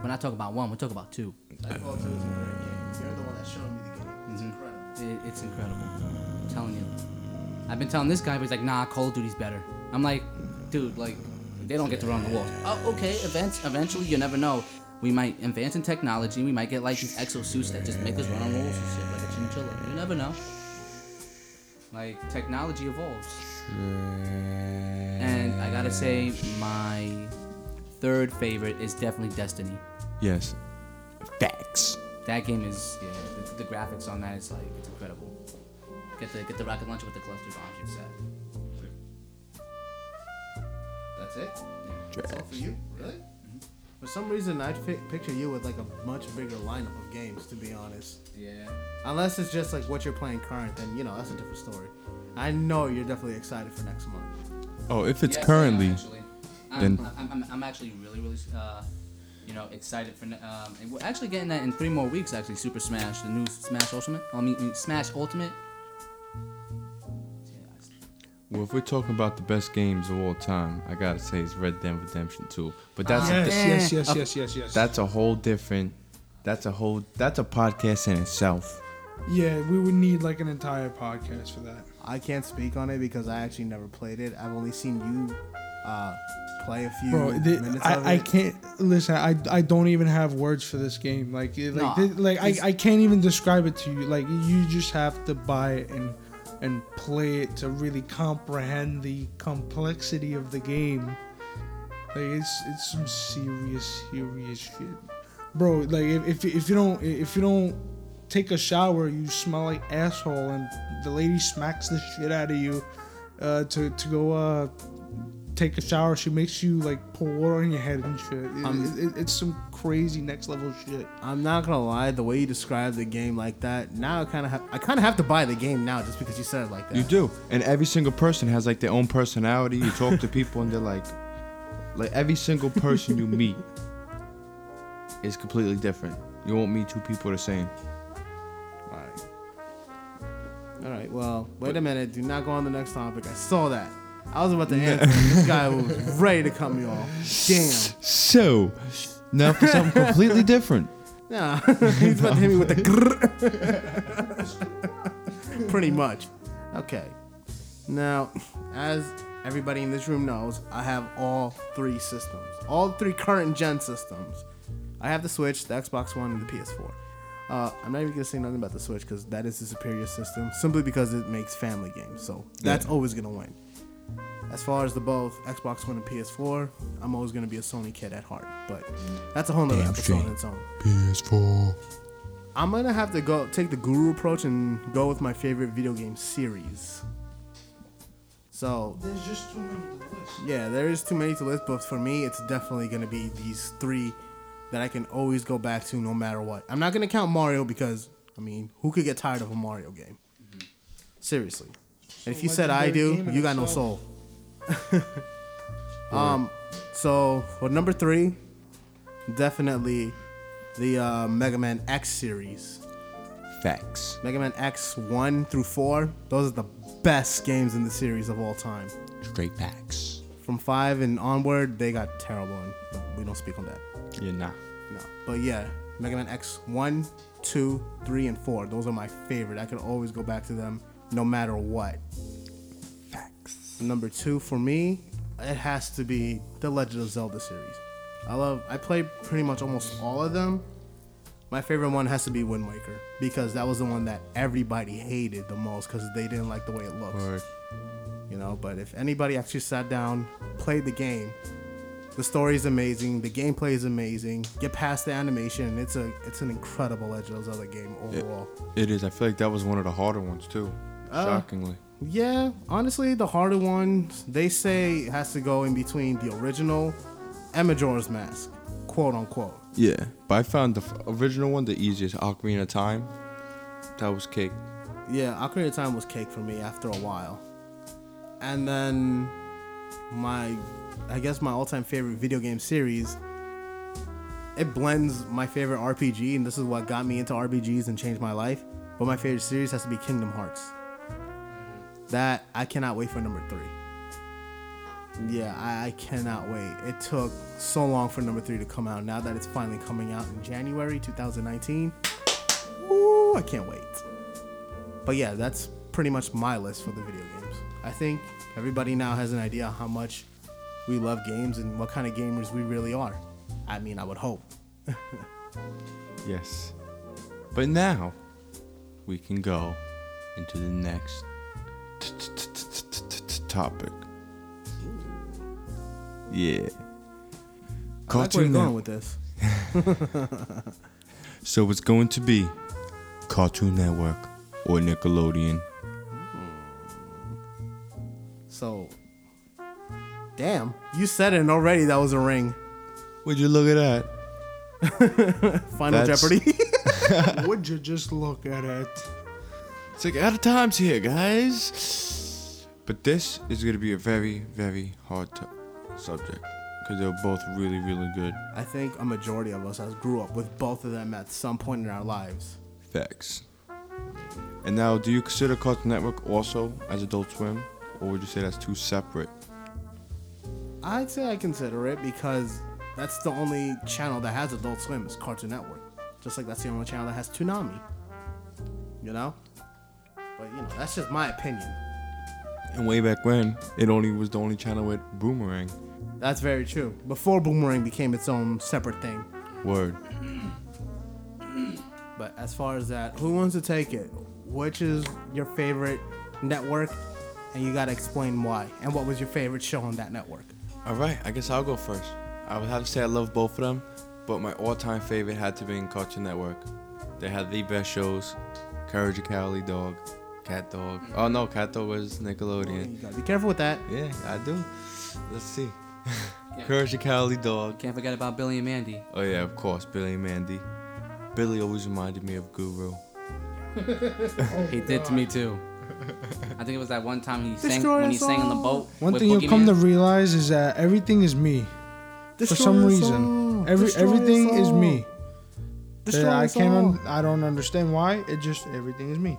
C: When I talk about one, we talk about two.
B: Titanfall 2 is a great game. You're the one that showed me the game.
D: Mm-hmm.
B: It's incredible.
C: It, it's incredible. I'm telling you. I've been telling this guy, but he's like, nah, Call of Duty's better. I'm like, dude, like, they don't get to run the walls. Oh, okay, events, eventually, you never know. We might advance in technology. We might get like these exosuits that just make us run on walls and shit, like a chinchilla. You never know. Like, technology evolves. And I gotta say, my third favorite is definitely Destiny.
A: Yes. Facts.
C: That game is, yeah, the, the graphics on that is like, it's incredible. Get the get the rocket launcher with the cluster bombs you said.
B: That's it?
C: Yeah.
B: That's all for you? Really?
D: Mm-hmm.
B: For some reason, I'd fi- picture you with like a much bigger lineup of games, to be honest.
C: Yeah.
B: Unless it's just like what you're playing current, then you know, that's a different story. I know you're definitely excited for next month.
A: Oh, if it's
C: Yes, I am,
A: currently.
C: actually. I'm,
A: then-
C: I'm, I'm, I'm actually really really uh, you know excited for ne- um, and we're actually getting that in three more weeks actually Super Smash the new Smash Ultimate I mean mm, Smash Ultimate. Yeah, I s-
A: Well, if we're talking about the best games of all time, I gotta say it's Red Dead Redemption 2. But
C: Ah,
A: that's a,
D: Yes,
A: di-
D: yes, yes, yes, yes, yes.
A: that's a whole different. That's a whole. That's a podcast in itself.
D: yeah, we would need like an entire podcast for that.
B: I can't speak on it because I actually never played it. I've only seen you uh, play a few
D: Bro, the-
B: minutes of it.
D: I, I can't listen. I, I don't even have words for this game. Like it- like
C: Nah,
D: thi- like I,
C: it's-
D: I can't even describe it to you. Like you just have to buy it and and play it to really comprehend the complexity of the game. Like it's it's some serious serious shit, bro. Like if if, if you don't if you don't take a shower, you smell like asshole, and the lady smacks the shit out of you uh, to to go uh, take a shower. She makes you like pour water on your head and shit. It-
B: Um,
D: it- it's some crazy next level shit.
B: I'm not gonna lie, the way you described the game like that, now I kind of have, I kind of have to buy the game now just because you said it like that.
D: Mm.
A: You do, and every single person has like their own personality. You talk to people, and they're like, like every single person you meet is completely different. You won't meet two people the same.
B: All right. All right. Well, wait a minute. Do not go on the next topic. I saw that. I was about to answer. this guy was ready to cut me off. Damn.
A: So, now for something completely different.
B: Nah. He's about to hit me with the. grrr. Pretty much. Okay. Now, as everybody in this room knows, I have all three systems, all three current gen systems. I have the Switch, the Xbox One, and the PS4. Uh, I'm not even gonna say nothing about the Switch because that is the superior system, simply because it makes family games. So that's
A: Yeah.
B: always gonna win. As far as the both Xbox One and PS4, I'm always gonna be a Sony kid at heart. But that's a whole nother
A: Damn
B: episode on
A: straight.
B: its own.
A: PS4.
B: I'm gonna have to go take the guru approach and go with my favorite video game series. So
D: There's just too many to list.
B: yeah, there is too many to list, but for me, it's definitely gonna be these three that I can always go back to no matter what. I'm not gonna count Mario because I mean, who could get tired of a Mario game?
D: Mm-hmm.
B: Seriously, and if you said I
D: legendary
B: do,
D: game in
B: you got no soul.
D: itself.
B: um, so for number three, definitely the uh, Mega Man X series.
A: Facts.
B: Mega Man X 1 through 4, those are the best games in the series of all time.
A: Straight facts.
B: From 5 and onward, they got terrible, and we don't speak on that.
A: Yeah, nah.
B: No. But yeah, Mega Man X 1, 2, 3, and 4, those are my favorite. I could always go back to them no matter what.
A: Facts.
B: Number 2 for me, it has to be the Legend of Zelda series. I love, I played pretty much almost all of them. My favorite one has to be Wind Waker because that was the one that everybody hated the most because they didn't like the way it looked.
A: Word.
B: you know but if anybody actually sat down played the game the story is amazing the gameplay is amazing get past the animation it's a it's an incredible legend of zelda game overall
A: It is. I feel like that was one of the harder ones too. Oh. Shockingly.
B: yeah honestly the harder ones they say it has to go in between the original and majora's mask quote unquote
A: Yeah. But I found the f- original one the easiest. Ocarina of Time. That was cake.
B: yeah ocarina of time was cake for me after a while and then my i guess my all-time favorite video game series it blends my favorite RPG, and this is what got me into RPGs and changed my life. But my favorite series has to be Kingdom Hearts. That I cannot wait for number three. Yeah, I, I cannot wait. It took so long for number three to come out. Now that it's finally coming out in January 2019, ooh, I can't wait. But yeah, that's pretty much my list for the video games. I think everybody now has an idea how much we love games and what kind of gamers we really are. I mean, I would hope.
A: Yes. But now we can go into the next t- t- t- t- t- t- t- topic. Yeah.
B: I like where
A: Cartoon
B: you're going
A: Network.
B: with this.
A: So it's going to be Cartoon Network or Nickelodeon.
B: So, damn, you said it already. That was a ring.
A: Would you look at that?
B: Final
A: That's-
B: Jeopardy.
D: Would you just look at it?
A: It's like out of times here, guys. But this is going to be a very, very hard to- subject because they're both really, really good
B: I think a majority of us has grew up with both of them at some point in our lives.
A: facts. And now, do you consider Cartoon Network also as Adult Swim, or would you say that's two separate?
B: I'd say I consider it because that's the only channel that has Adult Swim is Cartoon Network. Just like that's the only channel that has Toonami. You know? But you know, that's just my opinion.
A: And way back when, it only was the only channel with Boomerang.
B: That's very true. Before Boomerang became its own separate thing.
A: Word.
B: But as far as that, who wants to take it? Which is your favorite network? And you gotta explain why. And what was your favorite show on that network?
A: All right, I guess I'll go first. I would have to say I love both of them, but my all-time favorite had to be in Cartoon Network. They had the best shows: Courage the Cowardly Dog, Cat Dog. Oh no, Cat Dog was
B: You
A: Nickelodeon.
B: gotta be careful with that.
A: Yeah, I do. Let's see.
C: Yeah.
A: Courage the Cowardly Dog.
C: Can't forget about Billy and Mandy.
A: Oh yeah, of course, Billy and Mandy. Billy always reminded me of Guru.
C: he did to me too. I think it was that one time he sang
B: Destroy
C: when he
B: us
C: sang on the
B: all.
C: boat.
D: One
C: with
D: thing you'll come
C: Boogeyman.
D: to realize is that everything is me. for some reason, every everything is me.
B: Destroy
D: I
B: us
D: can't.
B: all.
D: Un- I don't understand why. It just everything is me.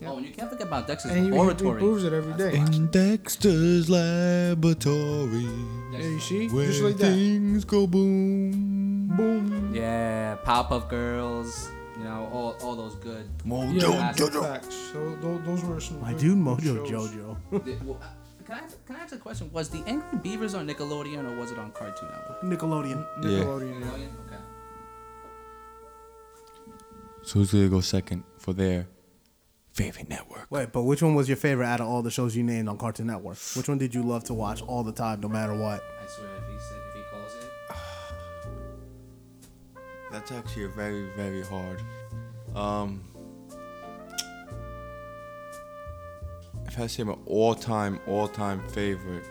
D: Yeah.
C: Oh, and you can't forget about Dexter's
D: And he, he
C: oratory.
D: proves it every day.
A: In Dexter's laboratory,
D: Yeah, you see,
A: where
D: just like that.
A: things go boom, boom.
C: Yeah, Pop-Up Girls. You know, all, all those good.
A: Mojo
D: Yeah,
C: Jojo.
D: facts. So tho- those were some.
B: My
D: good-
B: dude
D: good
B: Mojo
D: shows.
B: Jojo.
C: Th- well, uh, Can I, ask- can I ask a question? Was the Angry Beavers on Nickelodeon or was it on Cartoon Network?
B: Nickelodeon.
A: Yeah.
D: Nickelodeon. yeah.
C: Okay.
A: So who's gonna go second for their favorite network?
B: Wait, but which one was your favorite out of all the shows you named on Cartoon Network? Which one did you love to watch all the time, no matter what?
C: I swear, if he said, if he calls it,
A: That's actually a very very hard. Um, if I say my all-time all-time favorite,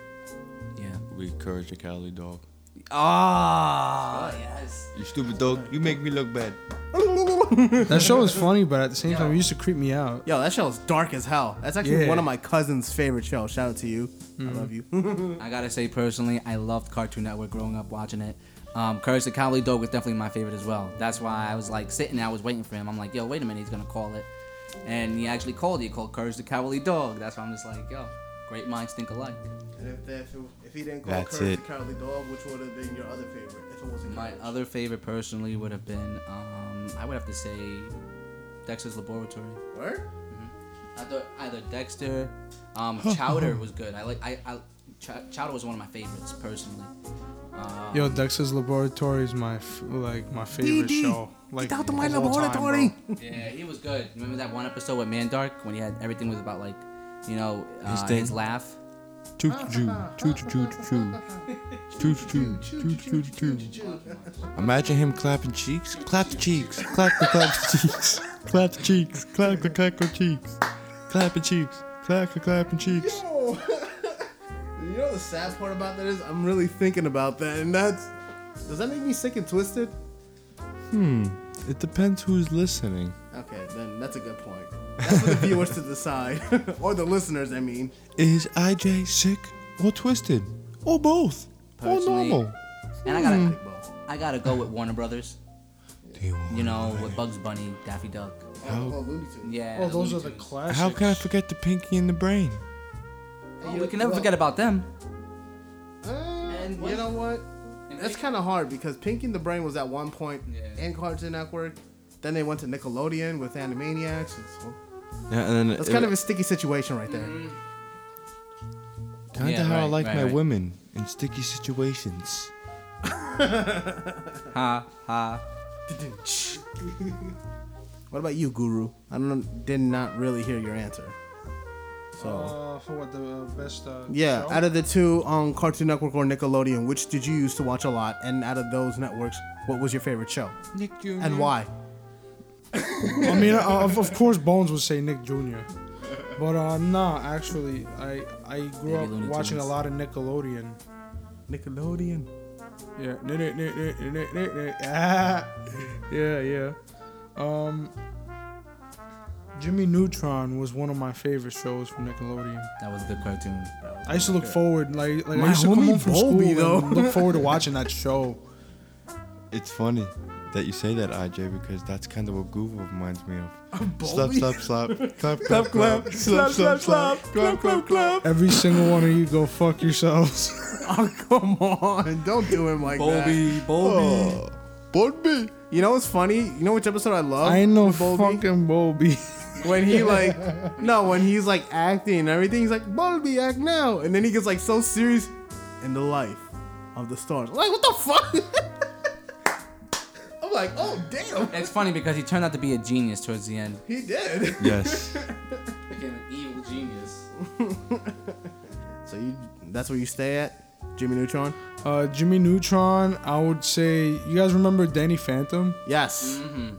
C: yeah.
A: would be Courage the Cowardly Dog.
C: Ah, yes.
A: You stupid dog! You make me look bad.
D: That show was funny, but at the same time, it used to creep me out.
B: Yo, that show's dark as hell. That's actually
D: Yeah.
B: one of my cousin's favorite shows. Shout out to you. I
A: Mm-hmm.
B: love you.
C: I gotta say personally, I loved Cartoon Network growing up watching it. Um, Courage the Cowardly Dog was definitely my favorite as well. That's why I was like sitting there, I was waiting for him. I'm like, yo, wait a minute, he's gonna call it, and he actually called. He called Courage the Cowardly Dog. That's why I'm just like, yo, great minds think alike.
B: And if, that, if, it- if he didn't
A: That's
B: Courage
A: it.
B: the Cowardly Dog, which would have been your other favorite? If it wasn't
C: My
B: Courage?
C: other favorite personally would have been, um, I would have to say, Dexter's Laboratory.
B: Word?
C: Either, either Dexter, um, Chowder was good. I like I, I Ch- Chowder was one of my favorites personally. Uh,
D: Yo, Dexter's Laboratory is my f- like my favorite
B: DD,
D: show. Like
B: Get out of my
D: of all time,
B: laboratory!
D: bro.
C: yeah, he was good. Remember that one episode with Mandark when he had everything was about like, you know, uh,
A: His
C: his,
A: thing.
C: laugh.
A: Choo choo choo choo choo choo choo choo choo choo choo. Imagine him clapping cheeks. Clap the cheeks. Clap the clap the cheeks. Clap the cheeks. Clap the clap the cheeks. Clap the cheeks. Clap the clapping cheeks.
B: Yo. you know the sad part about that is I'm really thinking about that, and that's does that make me sick and twisted?
A: It depends who's listening.
B: Okay, then that's a good point. That's for the viewers to decide, or the listeners. I mean,
A: Is IJ sick or twisted or both or
C: Personally-
A: normal?
C: And I
A: Hmm.
D: Hmm.
C: gotta,
B: Well,
C: I gotta go with Warner Brothers.
A: Do you
C: You
A: want-
C: know, with Bugs Bunny, Daffy Duck.
A: How-
B: oh, Looney Tunes.
C: Yeah.
D: Oh, those are the
C: Looney Tunes.
D: classics.
A: How can I forget the Pinky and the Brain?
C: Oh, we can never forget about them.
B: Uh,
C: And
B: you
C: what-
B: know what? That's kind of hard because Pinky and the Brain was at one point
C: Yeah.
B: in Cartoon Network. Then they went to Nickelodeon with Animaniacs. It's,
A: Yeah, and then
B: that's kind of a sticky situation right there.
A: Kinda
C: Yeah,
A: how I
C: right,
A: like
C: right,
A: my
C: right.
A: women in sticky situations.
C: Ha ha.
B: What about you, Guru? I don't know, did not really hear your answer. So
D: Uh, for what the best? Uh,
B: yeah,
D: show?
B: out of the two on Cartoon Network or Nickelodeon, which did you used to watch a lot? And out of those networks, what was your favorite show
A: Nick Jr.
B: and why?
D: I mean, uh, of, of course, Bones would say Nick Jr. But uh, nah, actually, I I grew
C: Maybe
D: up
C: Looney
D: watching a
C: Tunes.
D: lot of Nickelodeon.
B: Nickelodeon.
D: Yeah. Nah, nah, nah, nah, nah, nah, nah. Ah. yeah, yeah. Um, Jimmy Neutron was one of my favorite shows from Nickelodeon.
C: That was a good cartoon.
D: I used to look forward, like, like
B: My
D: I used to come
B: homie
D: home from
B: Bobby,
D: school and
B: though.
D: look forward to watching that show.
A: It's funny that you say that, IJ, because that's kind of what Google reminds me of. Slap,
B: Bowley?
A: slap, slap, Oh, clap, clap, clap, slap, slap, slap, clap, clap, clap.
D: Every single one of you go fuck yourselves.
B: Oh come on! Don't do him like that.
C: Bobby.
A: Oh. Bobby.
B: You know what's funny? You know which episode I love?
D: I ain't no
B: with Bowlby?
D: fucking Bobby.
B: When he like, no, when he's like acting and everything, he's like, Bulby, act now. And then he gets like so serious in the life of the stars. Like, what the fuck? I'm like, oh, damn.
C: It's funny because he turned out to be a genius towards the end.
B: He did.
A: Yes.
C: Became an evil genius.
B: So you, that's where you stay at? Jimmy Neutron?
D: Uh, Jimmy Neutron, I would say. You guys remember Danny Phantom?
B: Yes.
A: Mm-hmm.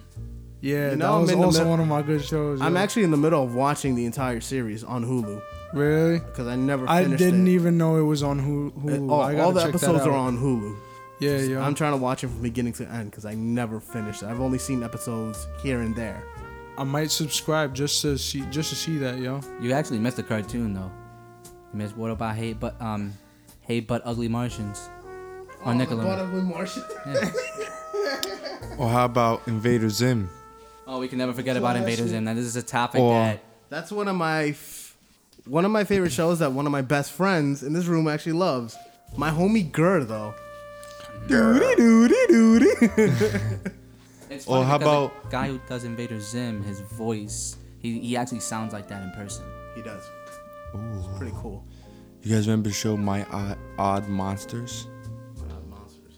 D: Yeah,
B: You know, I'm
D: that was
B: in the
D: also
B: mid-
D: one of my good shows.
B: I'm
D: yo.
B: actually in the middle of watching the entire series on Hulu
D: really.
B: because I never
D: I
B: finished
D: didn't
B: it.
D: even know it was on Hulu.
B: It-
D: Hulu.
B: Uh, all,
D: I gotta
B: all the
D: check that
B: episodes are
D: out.
B: on Hulu.
D: Yeah, yeah.
B: I'm
D: I'm,
B: trying to watch it from beginning to end because I never finished it. I've only seen episodes here and there.
D: I might subscribe just to see just to see that, yo.
C: You actually missed the cartoon though. You missed what about hey but um hey but ugly Martians on Nickelodeon.
A: Or how about Invader Zim?
C: Oh, we can never forget about Invaders and this is a topic
A: Or-
C: that
B: That's one of my f- one of my favorite shows that one of my best friends in this room actually loves. My homie Gur though. Doody doody doody.
C: it's
A: Or
C: funny
A: how
C: because
A: about-
C: the guy who does Invader Zim, his voice, he, he actually sounds like that in person.
B: He does. It's pretty cool.
A: You guys remember the show My Odd, Odd Monsters?
B: Monsters.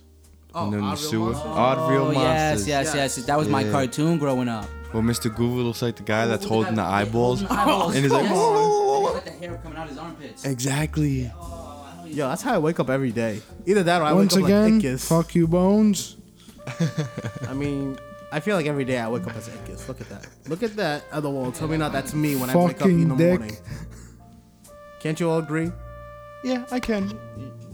A: and then the
B: Odd Real
A: sewer.
B: Monsters?
A: Odd Real
C: Oh, yes,
A: Monsters.
B: Yes.
C: yes, yes, That was my
A: Yeah.
C: cartoon growing up.
A: Well, Mr. Google looks like the guy that's holding the eyeballs.
C: eyeballs.
A: And he's like,
C: Yes.
A: whoa, whoa, whoa, whoa.
C: He's got the hair coming out his armpits.
A: Exactly.
B: Yo, that's how I wake up every day. Either that or I
D: Once
B: wake up
D: again,
B: like Ickis.
D: fuck you, Bones.
B: I mean, I feel like every day I wake up as Ickis. Look at that. Look at that other wall. Tell me not that's me when I wake up in the
D: Fucking dick.
B: morning. Can't you all agree?
A: Yeah, I can.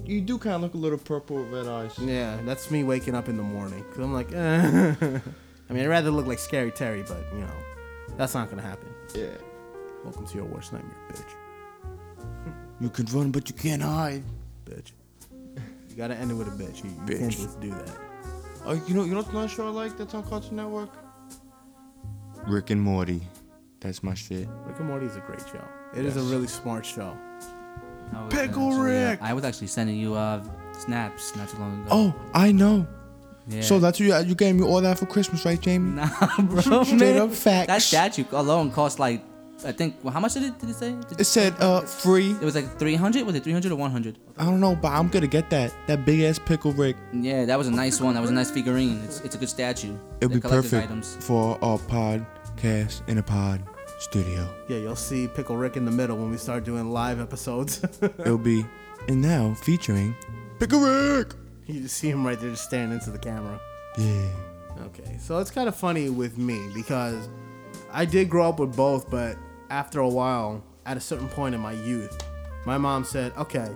A: You do kind of look a little purple with red eyes.
B: Yeah, that's me waking up in the morning. Cause I'm like, eh. I mean, I'd rather look like Scary Terry, but you know, that's not gonna happen.
A: Yeah.
B: Welcome to your worst nightmare, bitch.
A: You can run, but you can't hide.
B: Bitch. You gotta end it with a bitch. You, you
A: Bitch.
B: can't just do that.
A: Oh, you know, you know what's another show I like that's on Cartoon Network? Rick and Morty. That's my shit.
B: Rick and Morty is a great show. It is
A: Yes.
B: a really smart show.
C: I was
A: Pickle
C: actually, uh,
A: Rick.
C: I was actually sending you uh, snaps not too long ago.
A: Oh, I know.
C: yeah.
A: So that's you you gave me all that for Christmas, right, Jamie?
C: nah, bro,
A: Straight
C: man.
A: up facts.
C: That statue alone cost like, I think, well, how much did it did it say? Did
A: It said uh free.
C: It was like 300. Was it 300 or 100?
A: I don't know, but I'm gonna get that. That big ass pickle Rick.
C: Yeah, that was a nice one. That was a nice figurine. It's, it's a good statue.
A: It'll
C: They're
A: be
C: collector's
A: perfect
C: Items.
A: for our podcast in a pod studio.
B: Yeah, you'll see Pickle Rick in the middle when we start doing live episodes.
A: It'll be and now featuring Pickle Rick.
B: you just see him right there just staring into the camera.
A: Yeah.
B: Okay, so it's kind of funny with me because I did grow up with both, but after a while, at a certain point in my youth, my mom said, "Okay,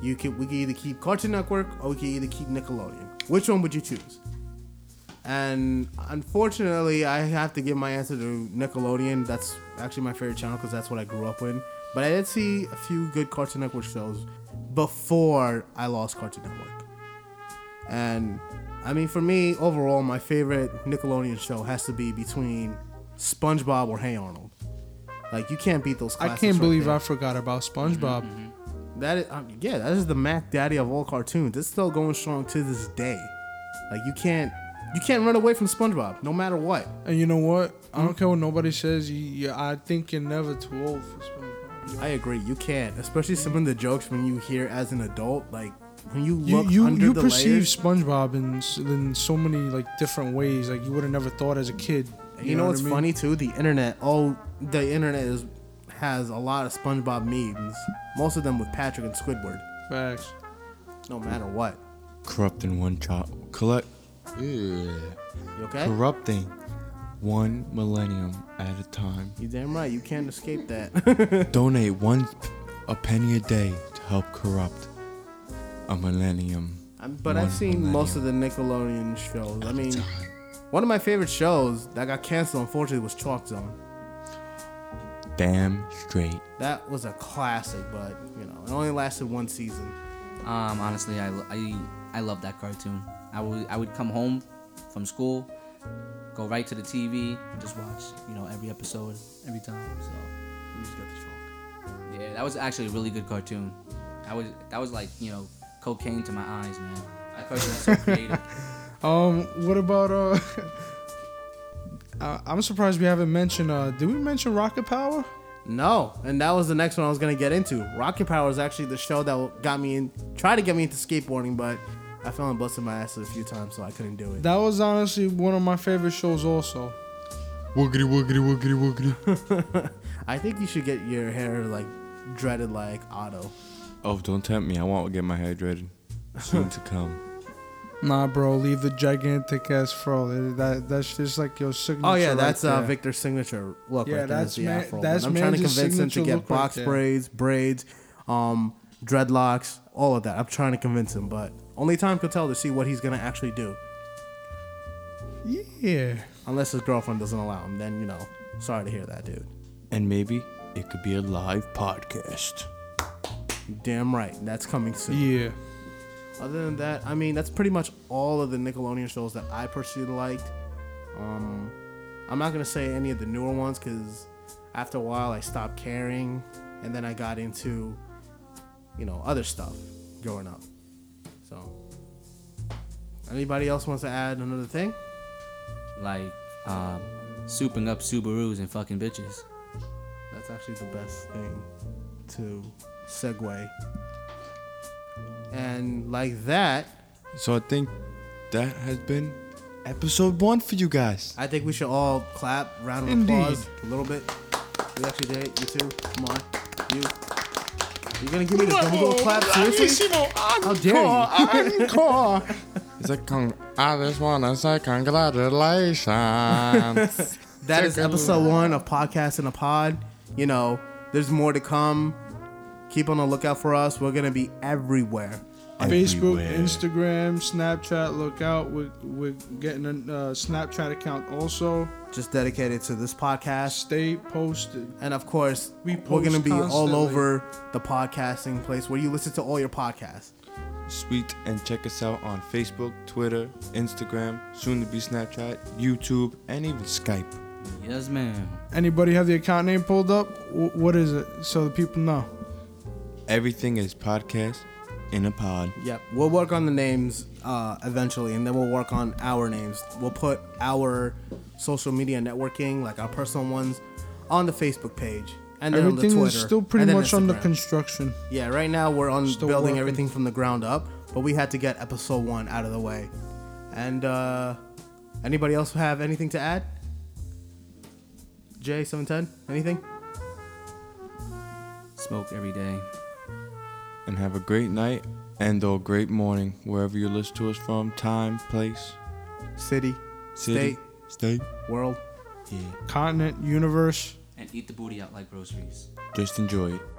B: you can we can either keep Cartoon Network or we can either keep Nickelodeon. Which one would you choose?" And unfortunately, I have to give my answer to Nickelodeon. That's actually my favorite channel because that's what I grew up with. But I did see a few good Cartoon Network shows before I lost Cartoon Network. And I mean, for me, overall, my favorite Nickelodeon show has to be between SpongeBob or Hey Arnold. Like you can't beat those.
D: I
B: Classics
D: can't
B: right Mm-hmm,
D: believe
B: there.
D: I forgot about SpongeBob.
B: That is, um, yeah, that is the Mac Daddy of all cartoons. It's still going strong to this day. Like you can't, you can't run away from SpongeBob, no matter what.
D: And you know what? I
B: Mm-hmm.
D: don't care what nobody says. You, you, I think you're never too old for SpongeBob.
B: I agree, you can't, especially some of the jokes when you hear as an adult, like when you
D: You
B: look
D: you,
B: under
D: you
B: the
D: perceive
B: layers.
D: SpongeBob in s- in so many like different ways. Like you would have never thought as a kid.
B: You, know,
D: what
B: what's
D: I mean?
B: funny too? The internet, all the internet is has a lot of SpongeBob memes. Most of them with Patrick and Squidward.
D: Facts.
B: No matter what,
A: Corrupting one chop collect yeah.
B: you okay?
A: corrupting one millennium at a time.
B: You damn right, you can't escape that.
A: Donate one a penny a day to help corrupt a millennium.
B: Um, but I've
A: One
B: seen most of the Nickelodeon shows. I mean, one of my favorite shows that got canceled, unfortunately, was Chalk Zone.
A: Damn straight.
B: That was a classic, but you know, it only lasted one season.
C: Um, honestly, I, I, I love that cartoon. I would I would come home from school, go right to the TV, and just watch you know every episode every time. So
B: You just got the chalk.
C: yeah, that was actually a really good cartoon. I was that was like you know cocaine to my eyes, man. That cartoon was so creative.
D: Um, what about uh? I, I'm surprised we haven't mentioned. Uh, did we mention Rocket Power?
B: No, and that was the next one I was gonna get into. Rocket Power is actually the show that got me in, tried to get me into skateboarding, but I fell and busted my ass a few times, so I couldn't do it.
D: That was honestly one of my favorite shows. Also,
A: Woogity woogity woogity woogity.
B: I think you should get your hair like dreaded like Otto.
A: Oh, don't tempt me. I want to get my hair dreaded. Soon to come.
D: nah, bro, leave the gigantic ass fro. That that's just like your signature.
B: Oh yeah,
D: right
B: that's uh,
D: there.
B: Victor's signature look.
D: Yeah,
B: right there,
D: that's
B: the
D: Ma-
B: afro.
D: that's
B: one. I'm trying to
D: Mandy's
B: convince him to
D: signature
B: get
D: look right
B: box
D: there.
B: braids, braids, um, dreadlocks, all of that. I'm trying to convince him, but only time could tell to see what he's gonna actually do.
D: Yeah.
B: Unless his girlfriend doesn't allow him, then you know, sorry to hear that, dude.
A: And maybe it could be a live podcast.
B: Damn right, that's coming soon.
D: Yeah.
B: Other than that, I mean, that's pretty much all of the Nickelodeon shows that I personally liked. Um, I'm not gonna say any of the newer ones because after a while I stopped caring, and then I got into, you know, other stuff growing up. So, anybody else wants to add another thing?
C: like um, souping up Subarus and fucking bitches.
B: That's actually the best thing to segue. And like that,
A: So I think that has been episode one for you guys.
B: I think we should all clap, round of
D: Indeed.
B: applause, a little bit. We actually did it. You too. Come on. You. You're gonna give me this Dumbledore clap? Seriously? How dare you?
A: Encore. It's like, con- I just want to say congratulations.
B: That is episode one of Podcast in a Pod. You know, there's more to come. Keep on the lookout for us. We're gonna be everywhere.
D: Facebook,
A: Everywhere.
D: Instagram, Snapchat. Look out. We're, we're getting a uh, Snapchat account also.
B: Just dedicated to this podcast.
D: Stay posted.
B: And of course,
D: We
B: we we're gonna
D: post
B: be all
D: constantly.
B: over the podcasting place where you listen to all your podcasts.
A: Sweet, and check us out on Facebook, Twitter, Instagram, soon to be Snapchat, YouTube, and even Skype.
C: Yes, ma'am.
D: Anybody have the account name pulled up? W- what is it? So the people know.
A: Everything is podcast in a pod.
B: Yep. We'll work on the names uh, eventually, and then we'll work on our names. We'll put our social media networking, like our personal ones, on the Facebook page. And then on the
D: Everything
B: Twitter,
D: is still pretty
B: and then
D: much under
B: Instagram.
D: construction.
B: Yeah, right now we're on
D: Still
B: building
D: working.
B: everything from the ground up, but we had to get episode one out of the way. And uh, anybody else have anything to add? J seven ten, anything?
C: Smoke every day.
A: And have a great night and or great morning, wherever you listen to us from, time, place,
B: City,
A: city,
B: State.
A: state.
B: world.
A: Yeah.
D: Continent, universe.
C: And eat the booty out like groceries.
A: Just enjoy it.